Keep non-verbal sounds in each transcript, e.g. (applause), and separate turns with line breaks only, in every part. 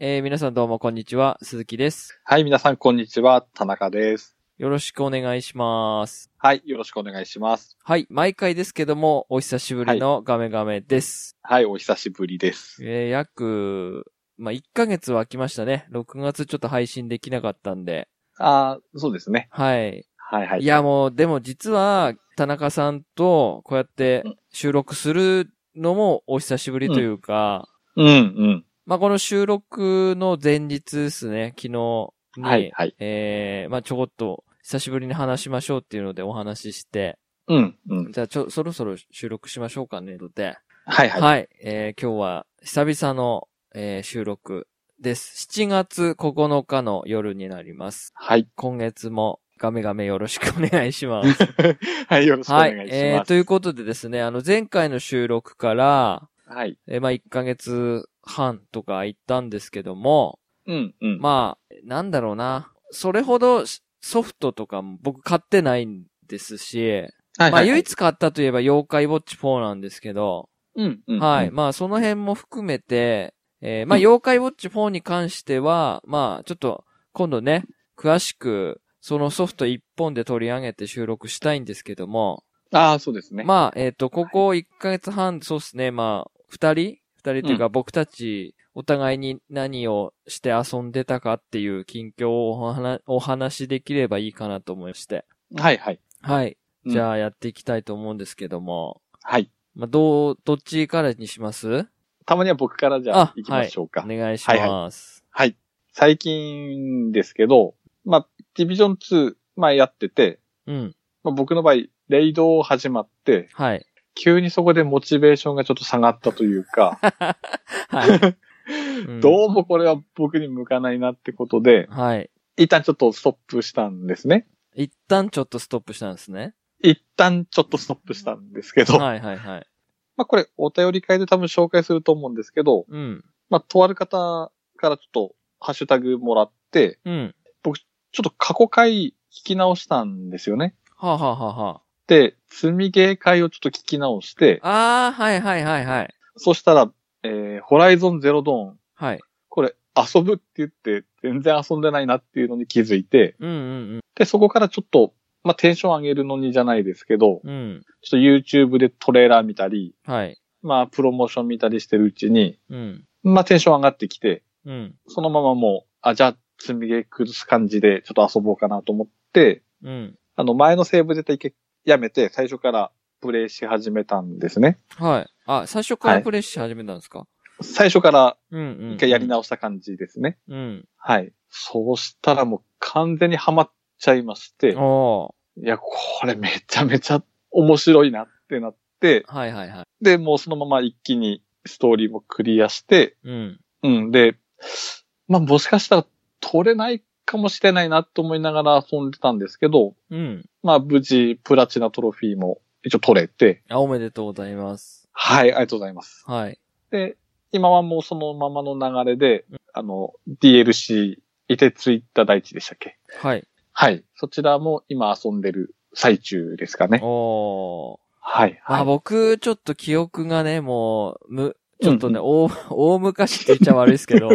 えー皆さんどうもこんにちは、鈴木です。
はい、皆さん、こんにちは。田中です。
よろしくお願いします。
はい、よろしくお願いします。
はい、毎回ですけども、お久しぶりのガメガメです。
はい、お久しぶりです。
えー約、まあ、1ヶ月は空きましたね。6月ちょっと配信できなかったんで。
あーそうですね。
はい。
はいはい。
いや、もう、でも実は、田中さんと、こうやって収録するのもお久しぶりというか、
うん、うん。
まあ、この収録の前日ですね、昨日に、
はいはい。
えーまあ、ちょこっと、久しぶりに話しましょうっていうのでお話しして、
うん、うん。
じゃあちょ、そろそろ収録しましょうかね、とで。
はいはい。
はい。えー今日は久々の、えー収録です。7月9日の夜になります。
はい。 (laughs)
今月もガメガメよろしくお願いします。
はい、よろしくお
は
願
い
いしま。す。
えーということでですね、あの、前回の収録から、
はい。
えーまあ、1ヶ月半とか行ったんですけども、
うん、うん。
まあ、なんだろうな。それほどソフトとかも僕買ってないんですし、
はい
まあ、
はいは
唯
い、
一買ったといえば妖怪ウォッチ4なんですけど、
うん、うん。
はい。。まあ、その辺も含めて、えーまあ、
うん
妖怪ウォッチ4に関しては、まあ、ちょっと、今度ね、詳しく、そのソフト一本で取り上げて収録したいんですけども、
ああ、そうですね。
まあ、えっ、と、ここ1ヶ月半、そうですね、まあ、二人二人というか僕たち、お互いに何をして遊んでたかっていう近況をお話お話しできればいいかなと思いまして。
はいはい。
はい。
うん
じゃあやっていきたいと思うんですけども。
はい。
まあ、どう、どっちからにします
たまには僕からじゃあ、行きましょうか。
お願いします。
はい。最近ですけど、まあ、ディビジョン2、まあ、やってて、
うん。
まあ、僕の場合、レイドを始まって、
はい。
急にそこでモチベーションがちょっと下がったとい
(laughs)
うか、
はい。ん
どうもこれは僕に向かないなってことで、
(laughs) はい。
一旦ちょっとストップしたんですね。
一旦ちょっとストップしたんですね。
一旦ちょっとストップしたんですけど、ま
はいはいはい。
あこれお便り会で多分紹介すると思うんですけど、
うん。
まあとある方からちょっとハッシュタグもらって、
うん。
ちょっと過去回聞き直したんですよね。
はあ、はあはあは
で、積みゲー会をちょっと聞き直して、
あ、あー、はいはいはいはい。
そしたら、えー、ホライゾンゼロドーン、
はい。
これ遊ぶって言って全然遊んでないなっていうのに気づいて、
うんうん
で、そこからちょっと、まあ、テンション上げるのにじゃないですけど、
うん。うん。
ちょっと YouTube でトレーラー見たり、
はい。
まあ、プロモーション見たりしてるうちに、
うん。
まあ、テンション上がってきて、
うん。
そのままもう、あ、じゃあ、積みゲーす感じでちょっと遊ぼうかなと思って、
うん。
あの、前のセーブデータ一回やめて、最初からプレイし始めたんですね。
はい。あ、最初から
はい
プレイし始めたんですか、
最初から
うんうん。
一回やり直した感じですね。
うん。
はい。そうしたらもう完全にハマっちゃいまして、い
お
や、これめちゃめちゃ面白いなってなって、
ー。はいはいはい。
で、もうそのまま一気にストーリーもクリアして、
うん。
うん、で、まあもしかしたら取れないかもしれないなと思いながら遊んでたんですけど、
うん。
まあ無事プラチナトロフィーも一応取れて、
あ、おめでとうございます。
はい、ありがとうございます。
はい。
で、今はもうそのままの流れで、あの、DLC、いてついた大地でしたっけ
はい。
はい。そちらも今遊んでる最中ですかね。
おー。
はい、
ま
は
あ
い。
僕、ちょっと記憶がね、もう、む、ちょっとね、
う
大、大昔って言っちゃ悪いですけ (laughs) ど、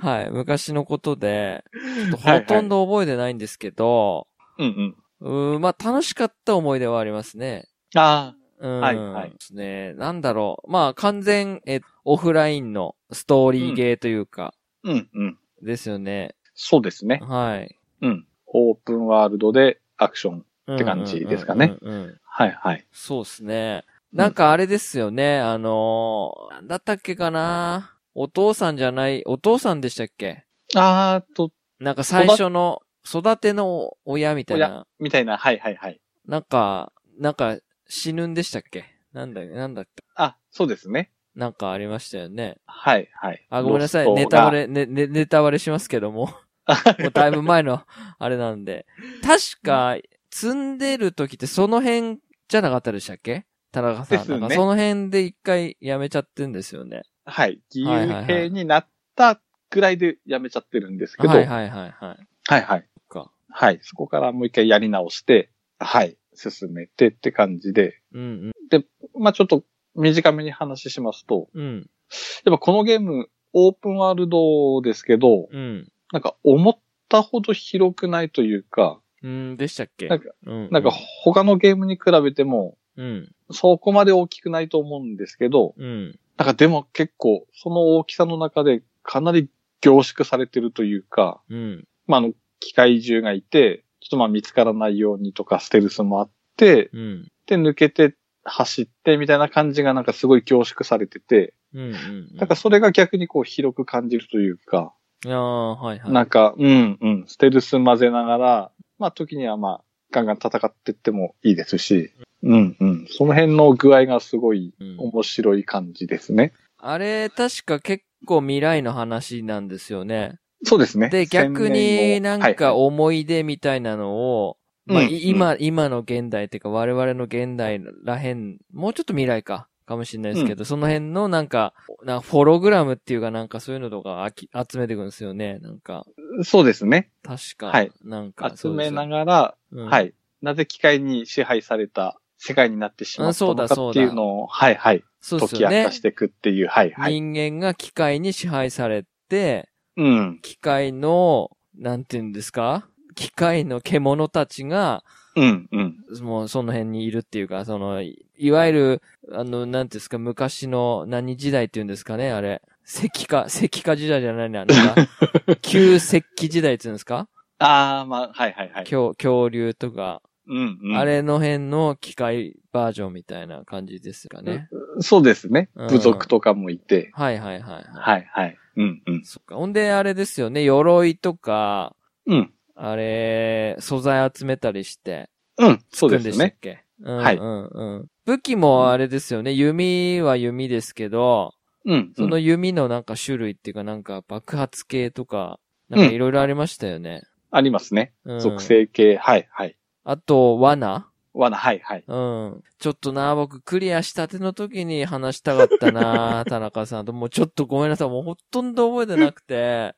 はい、昔のことで、ちょっとほとんど覚えてないんですけど、
うんうん。
うーん、まあ楽しかった思い出はありますね。
あ
うん。
はいはい
ですね。なんだろう。まあ完全、え、オフラインのストーリーゲーというか、
あ、うんうん。
ですよね。
そうですね。
はい。
うん。オープンワールドでアクション。
って
感じですかね。
うんうんうん
はい、はい。
そうですね。なんかあれですよね、あのー、なんだったっけかなお父さんじゃない、お父さんでしたっけ
あーと、
なんか最初の育ての親みたいな。
みたいな、はいはいはい。
なんか、なんか死ぬんでしたっけなんだ、なんだっけ
あ、そうですね。
なんかありましたよね。
はいはい。
あ、ごめんなさい。
ロス
ネ
トが
タバ。レ、ね、ね、ネタバレしますけ
(laughs)
ども。もうだいぶ前の、あれなんで。確か、積んでる時ってその辺じゃなかったでしたっけ田中さん。
ですね
なんかその辺で一回やめちゃってんですよね。
はい。義
はい
勇
はいはい
兵になったぐらいでやめちゃってるんですけど。
は
はいいはい。
はいはいはい。
はい。
か。
はい。そこからもう一回やり直して、はい。進めてって感じで。
うん
まあちょっと短めに話しますと、
うん。うん。
やっぱこのゲーム、オープンワールドですけど、
うん。
なんか思ったほど広くないというか、
うん、でしたっけ
なんか、
うん
なんか、他のゲームに比べても、
うん、
そこまで大きくないと思うんですけど、
うん。
なんかでも結構、その大きさの中でかなり凝縮されてるというか、
うん。
まあ、あの、機械獣がいて、ちょっとまあ見つからないようにとか、ステルスもあって、
うん。
で、抜けて走ってみたいな感じがなんかすごい凝縮されてて、
うん。うん。
なんかそれが逆にこう広く感じるというか、
ああ、はいはい。
なんか、うんうん、ステルス混ぜながら、まあ時にはまあ、ガンガン戦ってってもいいですし、うんうん、その辺の具合がすごい
うん
面白い感じですね。
あれ、確か結構未来の話なんですよね。
そうですね。 (laughs)
で、逆に
1000年後
なんか
はい
思い出みたいなのを、まあ、
うん
い今、今の現代っていうか我々の現代らへん、もうちょっと未来か、かもしれないですけど、その辺のなんか、なフォログラムっていうかなんかそういうのとかあき集めていくんですよね。なんか、
そうですね。
確か。
はい
なんか、
集めな
が
がら、
ら。
はいい。なぜ機械に支配された世界になってしまったの
あそうだ
かっていうのを、はいはい。
そうで
解
す
き
よ
明
ね
かし。ていくっていう、はいはい。
人間が機械に支配されて、
うん。
機械の、なんていうんですか機械の獣たちが、
うん、うん。
もうその辺にいるっていうか、その、いいわゆる、あの、なんていうんですか、昔の何時代っていうんですかね、あれ。石化、石化時代じゃないな、なんか、
(laughs)
旧石器時代っていうんですか
ああ、まあ、はいはいはい。
恐恐竜とか、
うん、うん。
あれの辺の機械バージョンみたいな感じですかね。
そうですね。
うん
部族とかもいて。
はいはいはいはい。
はいはい。うん、うん。
そっか。ほんで、あれですよね、鎧とか、
うん。
あれ、素材集めたりして、
うん、そ
作
うで
るんでし
す
たっ
ね。
けうん
はい
うんうん。武器もあれですよね、弓は弓ですけど、
うん。
その弓のなんか種類っていうかなんか爆発系とか、なんかいろいろありましたよね。
ありますね。
うん
属。性系。はいはい。
あと、罠
罠、はいはい。
うん。ちょっとな、僕クリアしたての時に話したかった
(laughs)
な、田中さんと。もうちょっとごめんなさい。もうほとんど覚えてなくて。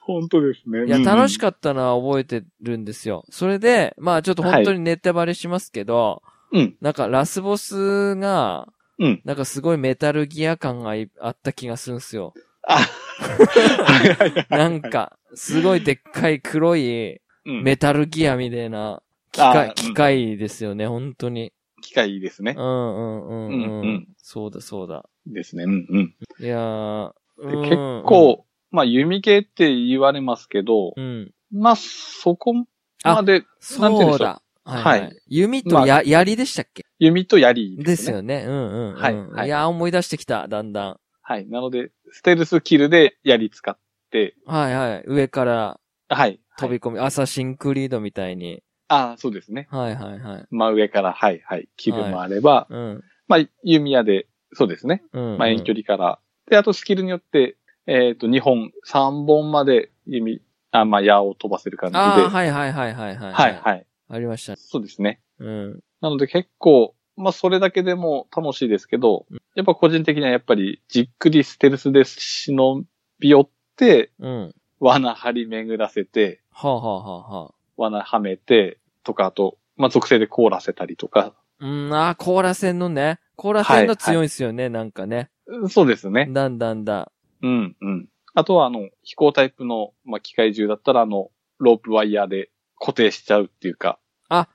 本当ですね
いや、楽し
っ
かったのは覚えてるんですよ。それで、まあちょっと本当にネタバレしますけど、
た。うん。
なんかラスボスが、
うん
なんかすごいメタルギア感がいあった気がするんですよ。 (laughs)
あはいはいはいはい
なんか、すごいでっかい黒い、
うん (laughs)
メタルギアみたいな、機械、
あーうん
機械ですよね、本当に。
機械いいですね
う。んうんうんうん。
うんうん
そうだそうだ。
ですね。うんうん。
いやー、う
で
ん
結、構、まあ、弓系って言われますけど
う、ん。
まあ、そこまで、なんて言うん
そ
で
う
しょ
だ。はい、は
はいい。
弓と
まあ
や、槍でしたっけ
弓と槍
で
です
す
ね。
よね。うんうん、うん。
はいはい
いやー、思い出してきた、だんだん。
はい。なので、ステルスキルで槍使って、
はいはい。上から
はい。
飛
はい
び込み、アサシンクリードみたいに。
ああ、そうですね。
はいはいはい。
真上から、はいはい。キルもあれば、
うん。
まあ、弓矢で、そうですね。
うん。
まあ、遠距離から。で、あとスキルによって、えっ、と、2本、3本まで弓、あ、まあ、矢を飛ばせる感じで。
ああ、
は
はいはいはいはいはい。
い、はい、はい。
ありました。
そうですね。
うん。
なので結構、まあ、それだけでも楽しいですけど、やっぱ個人的にはやっぱり、じっくりステルスで忍び寄って、
うん。
罠張り巡らせて、
はあ、はあはあはあ、
罠はめて、とか、あと、まあ、属性で凍らせたりとか。
うん、あーコーラ戦のね。コーラ戦の強いんすよね、なんかね。
そうですね。
だんだんだ。
うん、うん。あとは、あの、飛行タイプの、まあ、機械銃だったら、あの、ロープワイヤーで固定しちゃうっていうか、
打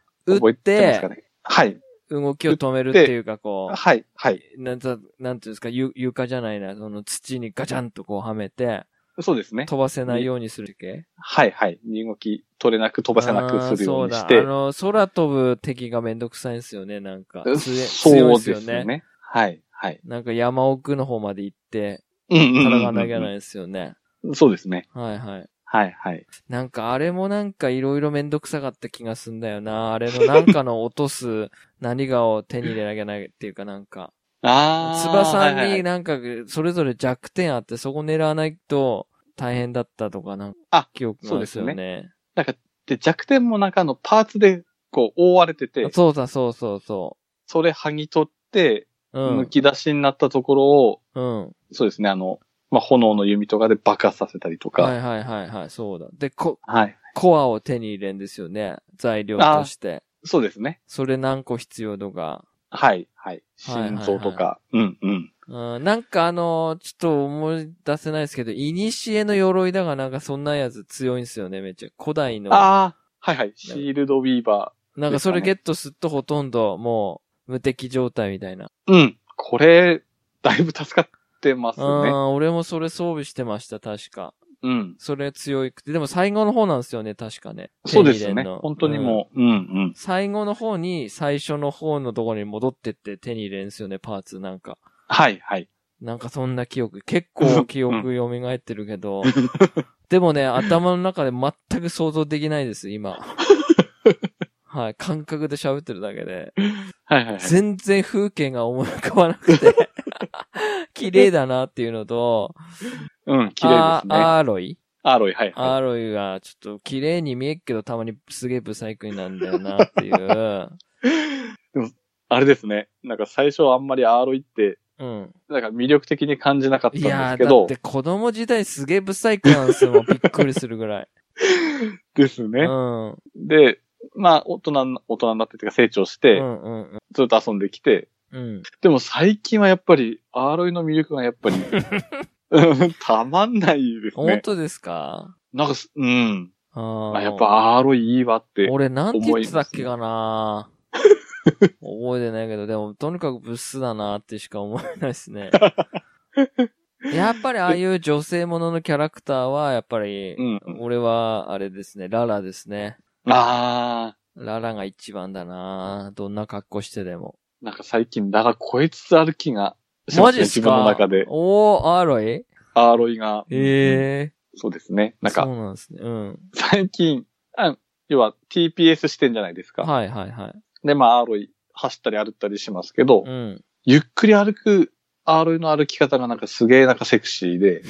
っ
覚えてますか
て、
ね。はい、
動きを止めるっていうか、こ
はい、はい。
う、なんつ、なんていうんですか、ゆ床じゃないな、その土にガチャンとこうはめて、
そうですね。
飛ばせないようにする系
はい、はい。身動き取れなく飛ばせなくするようにし
あー
て
そう。だ。あの、空飛ぶ敵がめんどくさいんですよね、なんか。強い強い
そ
ん
う
す
で
よ
す
ね。
ね。はい、はい。
なんか山奥の方まで行って、
うん、うん
戦
うん
わなきゃない
い。
ですよね。
そうですね。
はいはい。
はい、はい。
なんかあれもなんかいろいろめんどくさかった気がすんだよな。あれのなんかの落とす (laughs) 何かを手に入れなきゃないっていうかなんか。
ああ。
翼
はいはい
に
はい
なんかそれぞれ弱点あってそこ狙わないと大変だったとかなんか
あ
記憶があるんですよね。
なんか、で、弱点もなんかあのパーツで、こう、覆われてて、
そうだそうそうそ
それ剥ぎ取って、
う。う
剥
ん。
き出しになったところを、
うん。は
そうですね、あの、まあ、炎の弓とかで爆発させたりと
い
か。は。
はいいはいはい、そうだ。で、コ、コアを手に入れんですよね。材料として。
そうですね。
それ何個必要とか。
はい、はい。
はいはいはい
心臓とか。うん、うん。
うん、なんかあのーちょっと思い出せないですけど、イニシエの鎧だがなんかそんなやつ強いんですよね、めっちゃ。古代の。
ああ、はいはい。シールドウィーバ
なんかそれゲットすっとほとんどもう無敵状態みたいな。
ー。うん。これ、だいぶ助かってます
う
ね。
ん、俺もそれ装備してました、確か。
うん。
それ強いくて。でも最後の方なんですよね、確かね。
そうです
手に入れ
ね
ん。の
本当に
うん
もう、うん、うん、
最後の方に最初の方のところに戻ってって手に入れるんですよね、パーツなんか。
はいはい。
なんかそんな記憶、結構記憶蘇ってるけど、
(laughs)
でもね、頭の中で全く想像できないです、今。はい、感覚で喋ってるだけで。
はいはいはい。
全然風景が思い浮かばなくて、綺麗だなっていうのと、
うん、綺麗ですね。
あアーロイ
アーロイ、はい
ア
は
ーロイがちょっと綺麗に見えっけどたまにすげえブサイクになるんだよなっていう。
い。あれですね。なんか最初あんまりアーロイって、
うん。
なんか魅力的に感じなかったん
い
で
や
す
ー、
け
だっ
ど、
て子供時代すげえブサイクなんですよ。もうびっくりするぐらい。
です
う
ね。
ん。うん
で、まあ、大人な、大人になってっていうか成長し
う
て、
んうん
ずっと遊んできて、
うん。
でも最近はやっぱり、アーロイの魅力がやっ
(laughs)
ぱり、うんたまんないです
本
ね。
当ですか
なんかす、うん。
あ
あ
あ
やっ。ぱアーロイいいわって。
俺なんて言ってたっけかな覚えてないけど、でも、とにかくブスだなってしか思えないです
(laughs)
ね。やっぱりああいう女性もののキャラクターは、やっぱり
う、ん。
俺は、あれですね、ララですね。
あ
ララが一番だなどんな格好してでも。
ー、なんか最近、だが超えつつある気がしま
マ
す
ジ
ね。
っ
自
す
分
か
の中で。
おー、アーロイ
アーロイが。
ええ
そうですね。
ー。
なんか
そ、うなんですね。うん。
最近、あ要は TPS してんじゃないですか。
はいはいはい。
で、まあ、アーロイ走ったり歩ったりしますけど、
うん。 (laughs)
ゆっくり歩く、アーロイの歩き方がなんかすげえなんかセクシーで、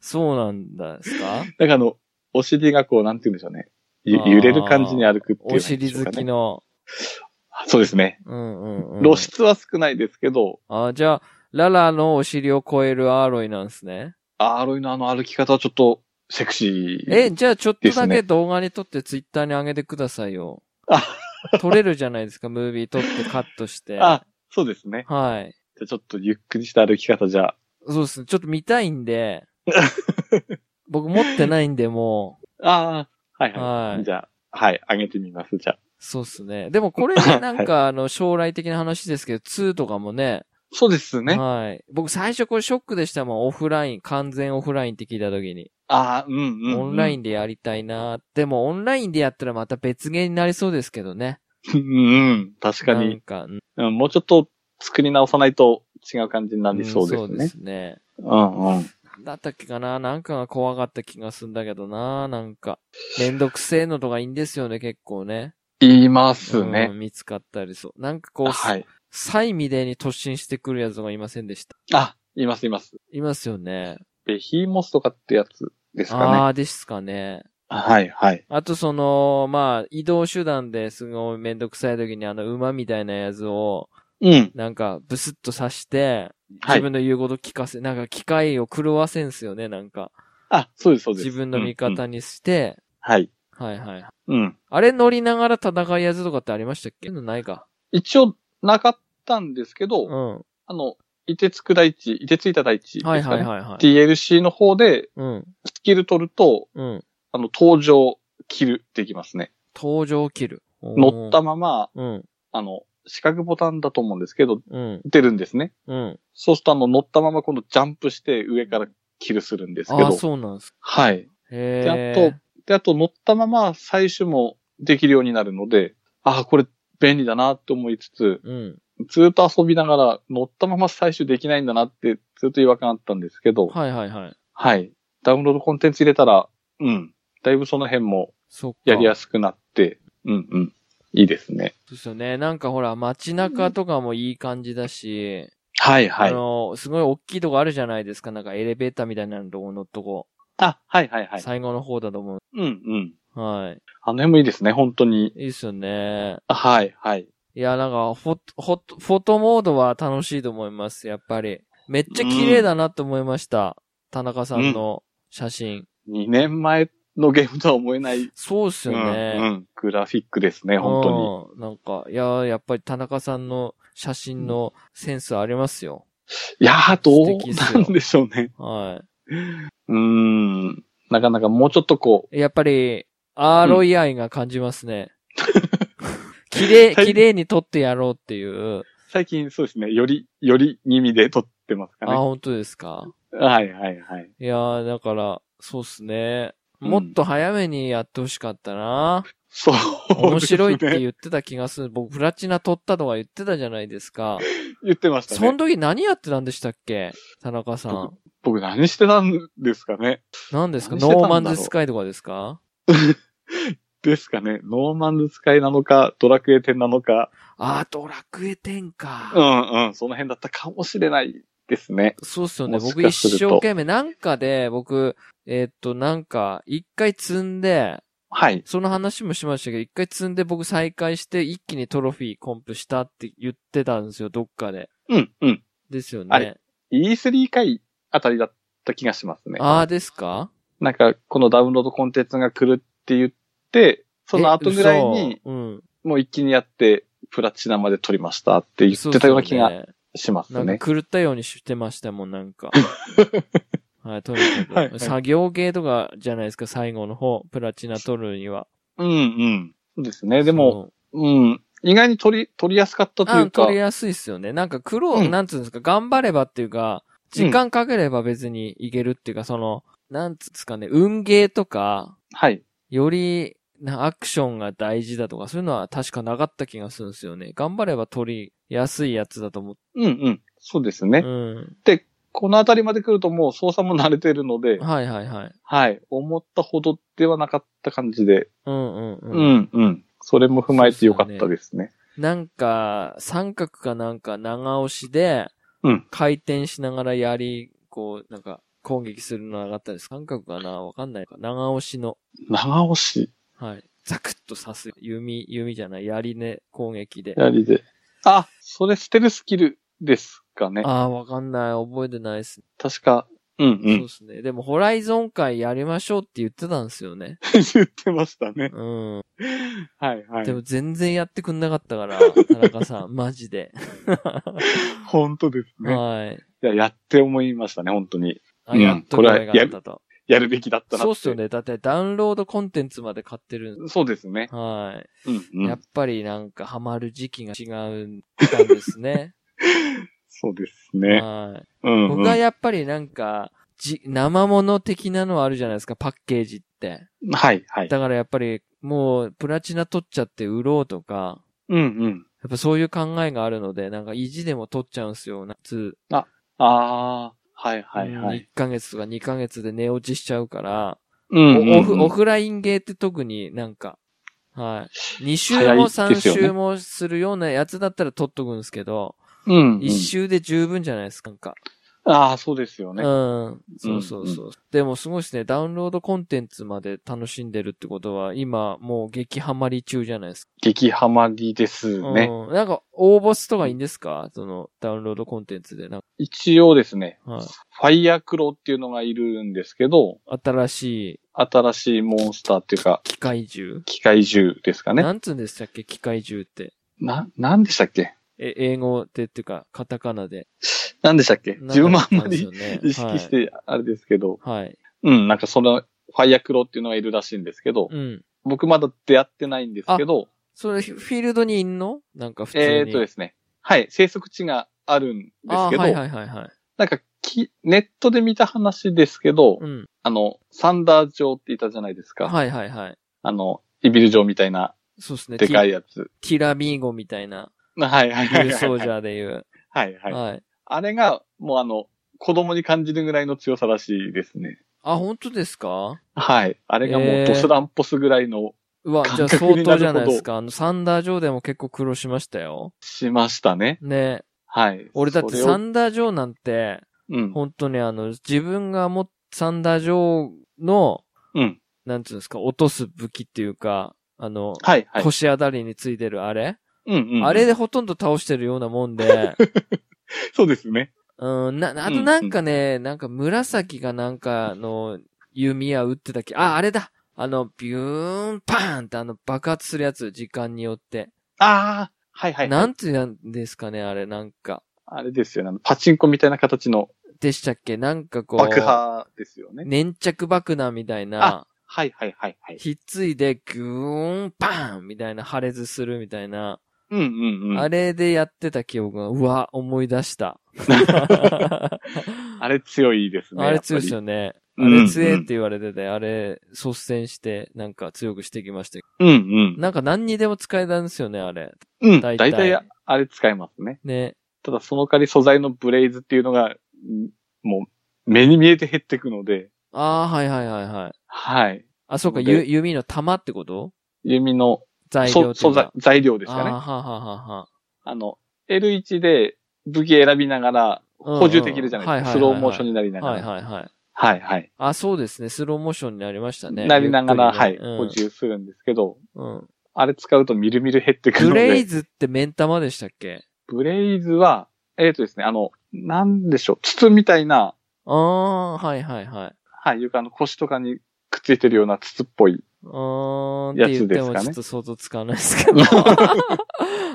そうなんですか
なんかあの、お尻がこう、なんて言うんでしょうね。ゆ
あー
揺れる感じに歩くっていう、
お尻好き。の。
そうですね。
うんうんうん。
露出は少ないですけど、
あ、じゃあ、ララのお尻を超えるアーロイなんですね。
アーロイのあの歩き方はちょっとセクシー。
え、じゃあちょっとだ
で
け
す
動画に撮ってツイッターに上げてくださいよ
あ。
撮れるじゃないですか、ムービー撮ってカットして。
あ、そうですね。
はい。
じゃあちょっとゆっくりした歩き方じゃ。
そうですね。ちょっと見たいん
(laughs)
で。僕持ってないんで、もう。
ああ、はいはい。
はい
じゃあ、はい、上げてみます、じゃあ。
そうっすね。でもこれね、なんか、あの、将来的な話ですけど、2とかもね。
そうですね。
はい。僕最初これショックでしたもん、オフライン、完全オフラインって聞いた時に。
ああ、うんうん、うん。
オンライ
ン。
ンでやりたいなーでもオンラインでやったらまた別ゲーになりそうですけどね。
うんうん。確か
なん
に、
か、うん
うん。もうちょっと作り直さないと違う感じになりそうです
そうで
ね。
すね。
うんうん。
だったっけかななんかが怖かった気がするんだけどななんか。めんどくせえのとかいいんですよね、結構ね。
言いますね。
うん見つかったりそう。なんかこう、
はい。
サイみでに突進してくるやつがいませんでした。
あ、言います、言います。
いますよね。
ベヒーモスとかってやつです
あ
かね。
あー、ですかね。
はい、はい。
あとその、まあ、移動手段ですごいめんどくさい時にあの馬みたいなやつを、
うん。
なんかブスッと刺して、
は
自
い。
分の言うこと聞かせ、なんか機械を狂わせんすよね、なんか。
あ、そうです、そうです。
自分の味
うんうん
方にして、
はい。
はいはい。
うん。
あれ乗りながら戦いやつとかってありましたっけないか。
一応、なかったんですけど、
うん。は
あの、いてつく大地、いてついた大地です
い
かね。
はいはいはい。
DLC の方で、
うん。
スキル取ると、
うん。
あの、登場、キルできますね。
登場キル。おー
乗った。まま、
うん。
あの、四角ボタンだと思うんですけど、
うん。
出るんですね。
うん。
そうすると、あの、乗ったまま今度ジャンプして上からキルするんですけ
ああ、
ど。
そうなんですか。
はい。
へ
で
え。
あとで、あと乗ったまま採取もできるようになるので、ああ、これ便利だなって思いつつ、
うん。
ずっと遊びながら乗ったまま採取できないんだなってずっと違和感あったんですけど、はい。
はいはいはい。
ダウンロードコンテンツ入れたら、うん。だいぶその辺も
そっか。
やりや
す
すくなって、うんうん。いいですね。
い。ですよね。なんかほら、街中とかもいい感じだし、
はいは
あ
い。
の、すごい大きいとこあるじゃないですか。なんかエレベーターみたいなのとこ乗っとこ。
あ、はいはいはい。
最後の方だと思う。
うんうん。
はい。
あの辺もいいですね、本当に。
いいっすよね。
はいはい。
いや、なんか、フォト、フォト、フォトモードは楽しいと思います、やっぱり。めっちゃ綺麗だなって思いました。田中さんの写真。
2年前のゲームとは思えない、
そうっすよね。
うんうんグラフィックですね、本当
当
に。
に。なんか、いやー、やっぱり田中さんの写真のセンスありますよ。
いやー、ど
素敵っす
う
よ
なんでしょうね。
は
うーん。なかなかもうちょっとこ
い。やっぱり、アーロイ愛が感じます
(laughs)
ね。綺麗、綺麗に撮ってやろうっていう。
う、最近そうですね、より、より気味で撮ってますか
あ、
ね。
本当ですか。
はいはいはい。
いやー、だから、そうっすね。
うん
もっと早めにやってほしかった
(laughs)
な。
そう、
面白いって
う。
言ってた気がする。僕、プラチナ撮ったとか言ってたじゃないですか。
言ってました
そ
ね
の。時何やってたんでしたっけ田中さん。
僕何してたんですかね。
何ですか
何して
ノ
たんだろ
ー
う
マンズスカイとかですか
ですかね。ノーマンズ使いなのか、ドラクエ10なのか、
あー、ドラクエ10か。
うんうん、その辺だったかもしれないですね。
そうっすよね。
もし
僕
かする
一
と
生懸命、なんかで、僕、えーっと、なんか、一回積んで、
はい。
その話もしましたけど、一回積んで僕再開して、一気にトロフィーコンプしたって言ってたんですよ、どっかで。
うんうん。
ですよ
あ
ね
れ。E3 回あたりだった気がしますね。
あーですか
なんか、このダウンロードコンテンツが来るって言って、その後ぐらいに、、
え嘘うん。
もう一気にやって、プラチナまで取りましたって言ってたような気
そう
が
っすよね
します
なん
ね。
か狂ったようにしてましたもん、なん
(laughs)
か。はい、とに
はい
か
は
く。
い
作業系とかじゃないですか、最後の方、プラチナ取るには。
うんうん。そうですね。でも、
そう、
うん。意外に取り、取りやすかったとい
あ
うか
取り、やすいっすよね。なんか苦労、
うん
なんつうんですか、頑張ればっていうか、時間かければ別にいけるっていうか、その、なんつうんですかね、運ゲーとか、
はい。
より、なアクションが大事だとか、そういうのは確かなかった気がするんですよね。頑張れば取りやすいやつだと思っ
うんうん。そうですね。
て。うん。
このあたりまで来るともう操作も慣れてるので、
はいはいはい。
はい。思ったほどではなかった感じで、
うんうんうん。
うんうん。それも踏まえてよかったですね。
なんか、三角かなんか長押しで、
うん
回転しながらやり、こう、なんか、攻撃するのがあったり、三角かなわかんないか。長押しの、
長押し、
はい。ザクッと刺す弓、弓じゃない、槍ね、攻撃で。
やりで。あ、それ捨てるスキルですかね。
ああ、わかんない。覚えてないですね。
確か、うんう
そうですね。でも、ホライゾン会やりましょうって言ってたんですよね。
(laughs) 言ってましたね。
うん。
はいはい
で。も、全然やってくんなかったから、田中さん、 (laughs) マジで。
本当ですね。
はい。
いや、やって思いましたね、本当に。
あ、
うん
やっとこれがあったと。
やるべきだったなって。
そうっすよ。ね。だってダウンロードコンテンツまで買ってるん
そうですね。
は
うん
い。
う
やっ
ん。
ぱりなんかハマる時期が違うんたんです
(laughs)
ね。
そうですね。
はい。
うん、うん。
僕はやっぱりなんか、じ、生物的なのあるじゃないですか、パッケージって。
はいはい。
だからやっぱりもうプラチナ取っちゃって売ろうとか、
うんうん。
やっぱそういう考えがあるので、なんか意地でも取っちゃうんですよ、夏。
ああ、はいはいは
1
い。
ヶ月とか2ヶ月で寝落ちしちゃうから、
うんうんうん、
おオフ、オフラインゲーって特になんか、はい。2週も
早いで
3
すよね
週もするようなやつだったら取っとくんですけど、
うん、うん。
1週で十分じゃないですか、なんか。
ああ、そうですよ
う
ね。
ん。そうそうそう。でもすごいですね、ダウンロードコンテンツまで楽しんでるってことは、今もう激ハマり中じゃないですか。
激ハマりですね。
うん。なんか、応募すとかいいんですかその、ダウンロードコンテンツで。なん
一応ですね、
か、はい。
ファイヤークローっていうのがいるんですけど、
新しい
新しいモンスターっていうか、
機械銃、
機械銃ですかね。
なんつうんでしたっけ機械銃って。
な、なんでしたっけ
え、英語でっていうか、カタカナで。
なんでしたっけ自分もあんま
なんか言った
り
ですよね
意識し。てあれですけど、
はい。はい
うん、なんかその、ファイヤークローっていうのがいるらしいんですけど、
うん。
僕まだ出会ってないんですけど、
それ、フィールドにいんのなんか普通に。
えーっとですね、はい、生息地があるんです
あ
け
ー
ど、
はいはいはいはい。
なんかき、ネットで見た話ですけど、
うん。
あの、サンダー城って言ったじゃないですか。
はいはいはい。
あの、イビル城みたいな、
そうですね。
でかい
テ
やつ。
ィティラミーゴみたいな、
はいはい
ニ
は
ュー
いはい。
ソージャーでいう。
はいはい。
はい。
あれが、もうあの、子供に感じるぐらいの強さらしいですね。
あ、本当ですか
はい。あれがも
え
う
ー
ドスランポスぐらいの
うわ、
感
じゃあ
覚
相
になるほど
当じゃないですか。あの、サンダー城でも結構苦労しましたよ。
しましたね。
ね。
はい。
俺だって
それを
サンダー城なんて、
うん。
本当にあの、自分がも、サンダー城の、
うん。
なんつうんですか、落とす武器っていうか、あの、
はいはい。
腰あたりについてるあれ
うんうん。
あれでほとんど倒してるようなもん
(laughs)
で、
そうですね。
うん、な、あとなんかね、なんか紫がなんかの弓矢撃ってたっけあ、あれだあの、ビューン、パーンってあの爆発するやつ、時間によって。
ああ、はいはい。
なんて言うんですかね、あれ、なんか。
あれですよね。あのパチンコみたいな形の
でしたっけなんかこう。
爆破ですよね。
粘着爆弾みたいな、
はいはいはいはい。
ひっついで、ぐーん、パーンみたいな破裂するみたいな、
うんうんうん。あ
あ
れ
れでやってた記憶が、うわ、思い出
(laughs)
した。 (laughs)
強いですね。
あれ強いですよね。あ
やっぱり
れ強いって言われてて、あれ率先して、なんか強くしてきましたけ
やっぱり
ど。なんか何にでも使えたんですよね、あれ。
うんうん。うん。
大
大
体
体あれ使いますね。
ね。
ただその代わり素材のブレイズっていうのが、うんもう目に見えて減ってくので、
ああ、はいはいはいはい。
はい。
あ、そうか、
で
ゆ弓の玉ってこと
弓の
材料
そ
ってい
素
うか
材、材料です
あ
か
あ
ね
ー、。はははは。
あの、L1 で武器選びながら
うんうん
補充できるじゃないですか。ス
はいは
ロ
いはいはい
ーモーションになりながら。
はいはいはい。
はいはい。
あ、そうですね。スローモーションになりましたね。
なりながら、
ゆっくりね
はい、補充するんですけど、
うん。うん
あれ使うとみるみる減ってくる
グ
ので。
レイズって目ん玉でしたっけ
ブレイズは、えっ、とですね、あの、なんでしょう、筒みたいな、
ああ、はいはいはい。
はい、床の腰とかにくっついてるような筒っぽい。
うーんって言っても
やつですかね
ちょっと想像つかないですけ
(laughs)
ど。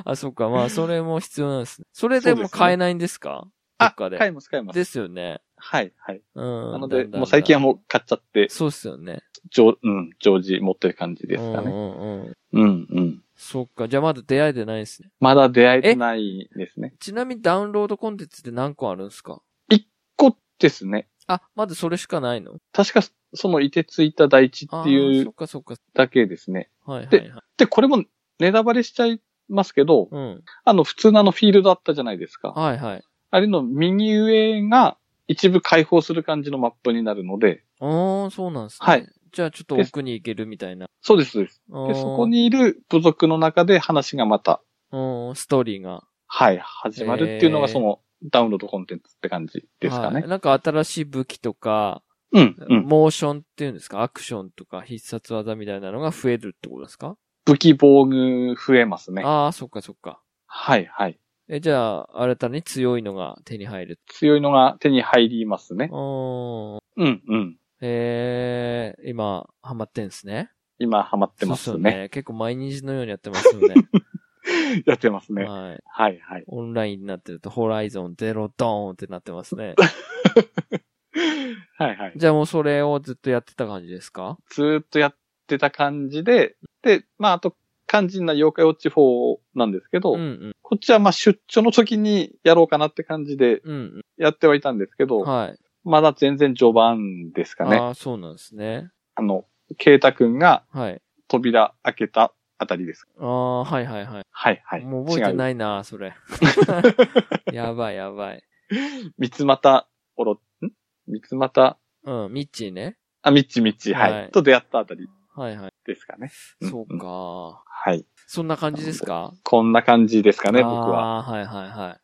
あ、そっか。まあ、それも必要なんですね。それでも買えないんですかど
あ、
っかで。
買います、買います。
ですよね。
はい、はい。
うん。
なの
だ
で、
んだん
もう最近はもう買っちゃって、
そうっすよね。
常、うん、常時持ってる感じですか
う
ね。
んうんうん。
うん、うん。
そっか。じゃあまだ出会えてないですね。
まだ出会えてないですね。
ちなみにダウンロードコンテンツって何個あるんですか
こっですね。
あ、まだそれしかないの
確か、そのいてついた大地
あ
っ
あ
て
ー、
い
そっ
う
かそっか。
だけですね。
はいはい
で
はい。
で、これもネタバレしちゃいますけど、
うん。
あの、普通のあのフィールドあったじゃないですか。
はいはい。
あれの右上が一部開放する感じのマップになるので、
ああ、そうなんですね。
はい。
じゃあちょっと奥に行けるみたいな。
そうです、そうです。
で
で、そこ、にいる部族の中で話がまた、
うん、ストーリーが。
はい、始まるっていうの
へ
が
ー
そのダウンロードコンテンツって感じですか
は
ね
い。なんか新しい武器とか、
うん、うん。
モーションっていうんですか、アクションとか必殺技みたいなのが増えるってことですか、
武器防具増えますね。
ああ、そっかそっか。
はい、はい。
え、じゃあ、新たに強いのが手に入る。
強いのが手に入りますね
う。ーん。
うん、うん。
えー、今、ハマってんすね。
今ハマってます
そうっ
ね。
結構毎日のようにやってますよね。
(laughs) やってます (laughs) ね。
はい。
はい、はい。
オンラインになってると、ホライゾンゼロドーンってなってます
(laughs)
ね。
はい、はい。
じゃあもうそれをずっとやってた感じですか
ずーっとやってた感じで、で、まあ、あと、肝心な妖怪ウォッチ4なんですけど、
うんうん。
こっちはまあ出張の時にやろうかなって感じで
うん
やってはいたんですけ
う
ど、
ん。はい。
まだ全然序盤ですかね。あ
ああ、そうなんですね。
の、ケイタくんが
はい。
扉開けたあたりです。
ああ、はいはいはい。
はいはい。
もう覚えて
い。
ないな、それ。やばいやばい。
三つ股、おろ、ん三つ股、
うん、ミッチーね。
あ、みちみち、はい、
はい
と出会ったあたり
はいはい。
ですかね。うん
そうか。
はい。
そんな感じですか
こんな感じですかね、僕は。
ああ、はいはいはい。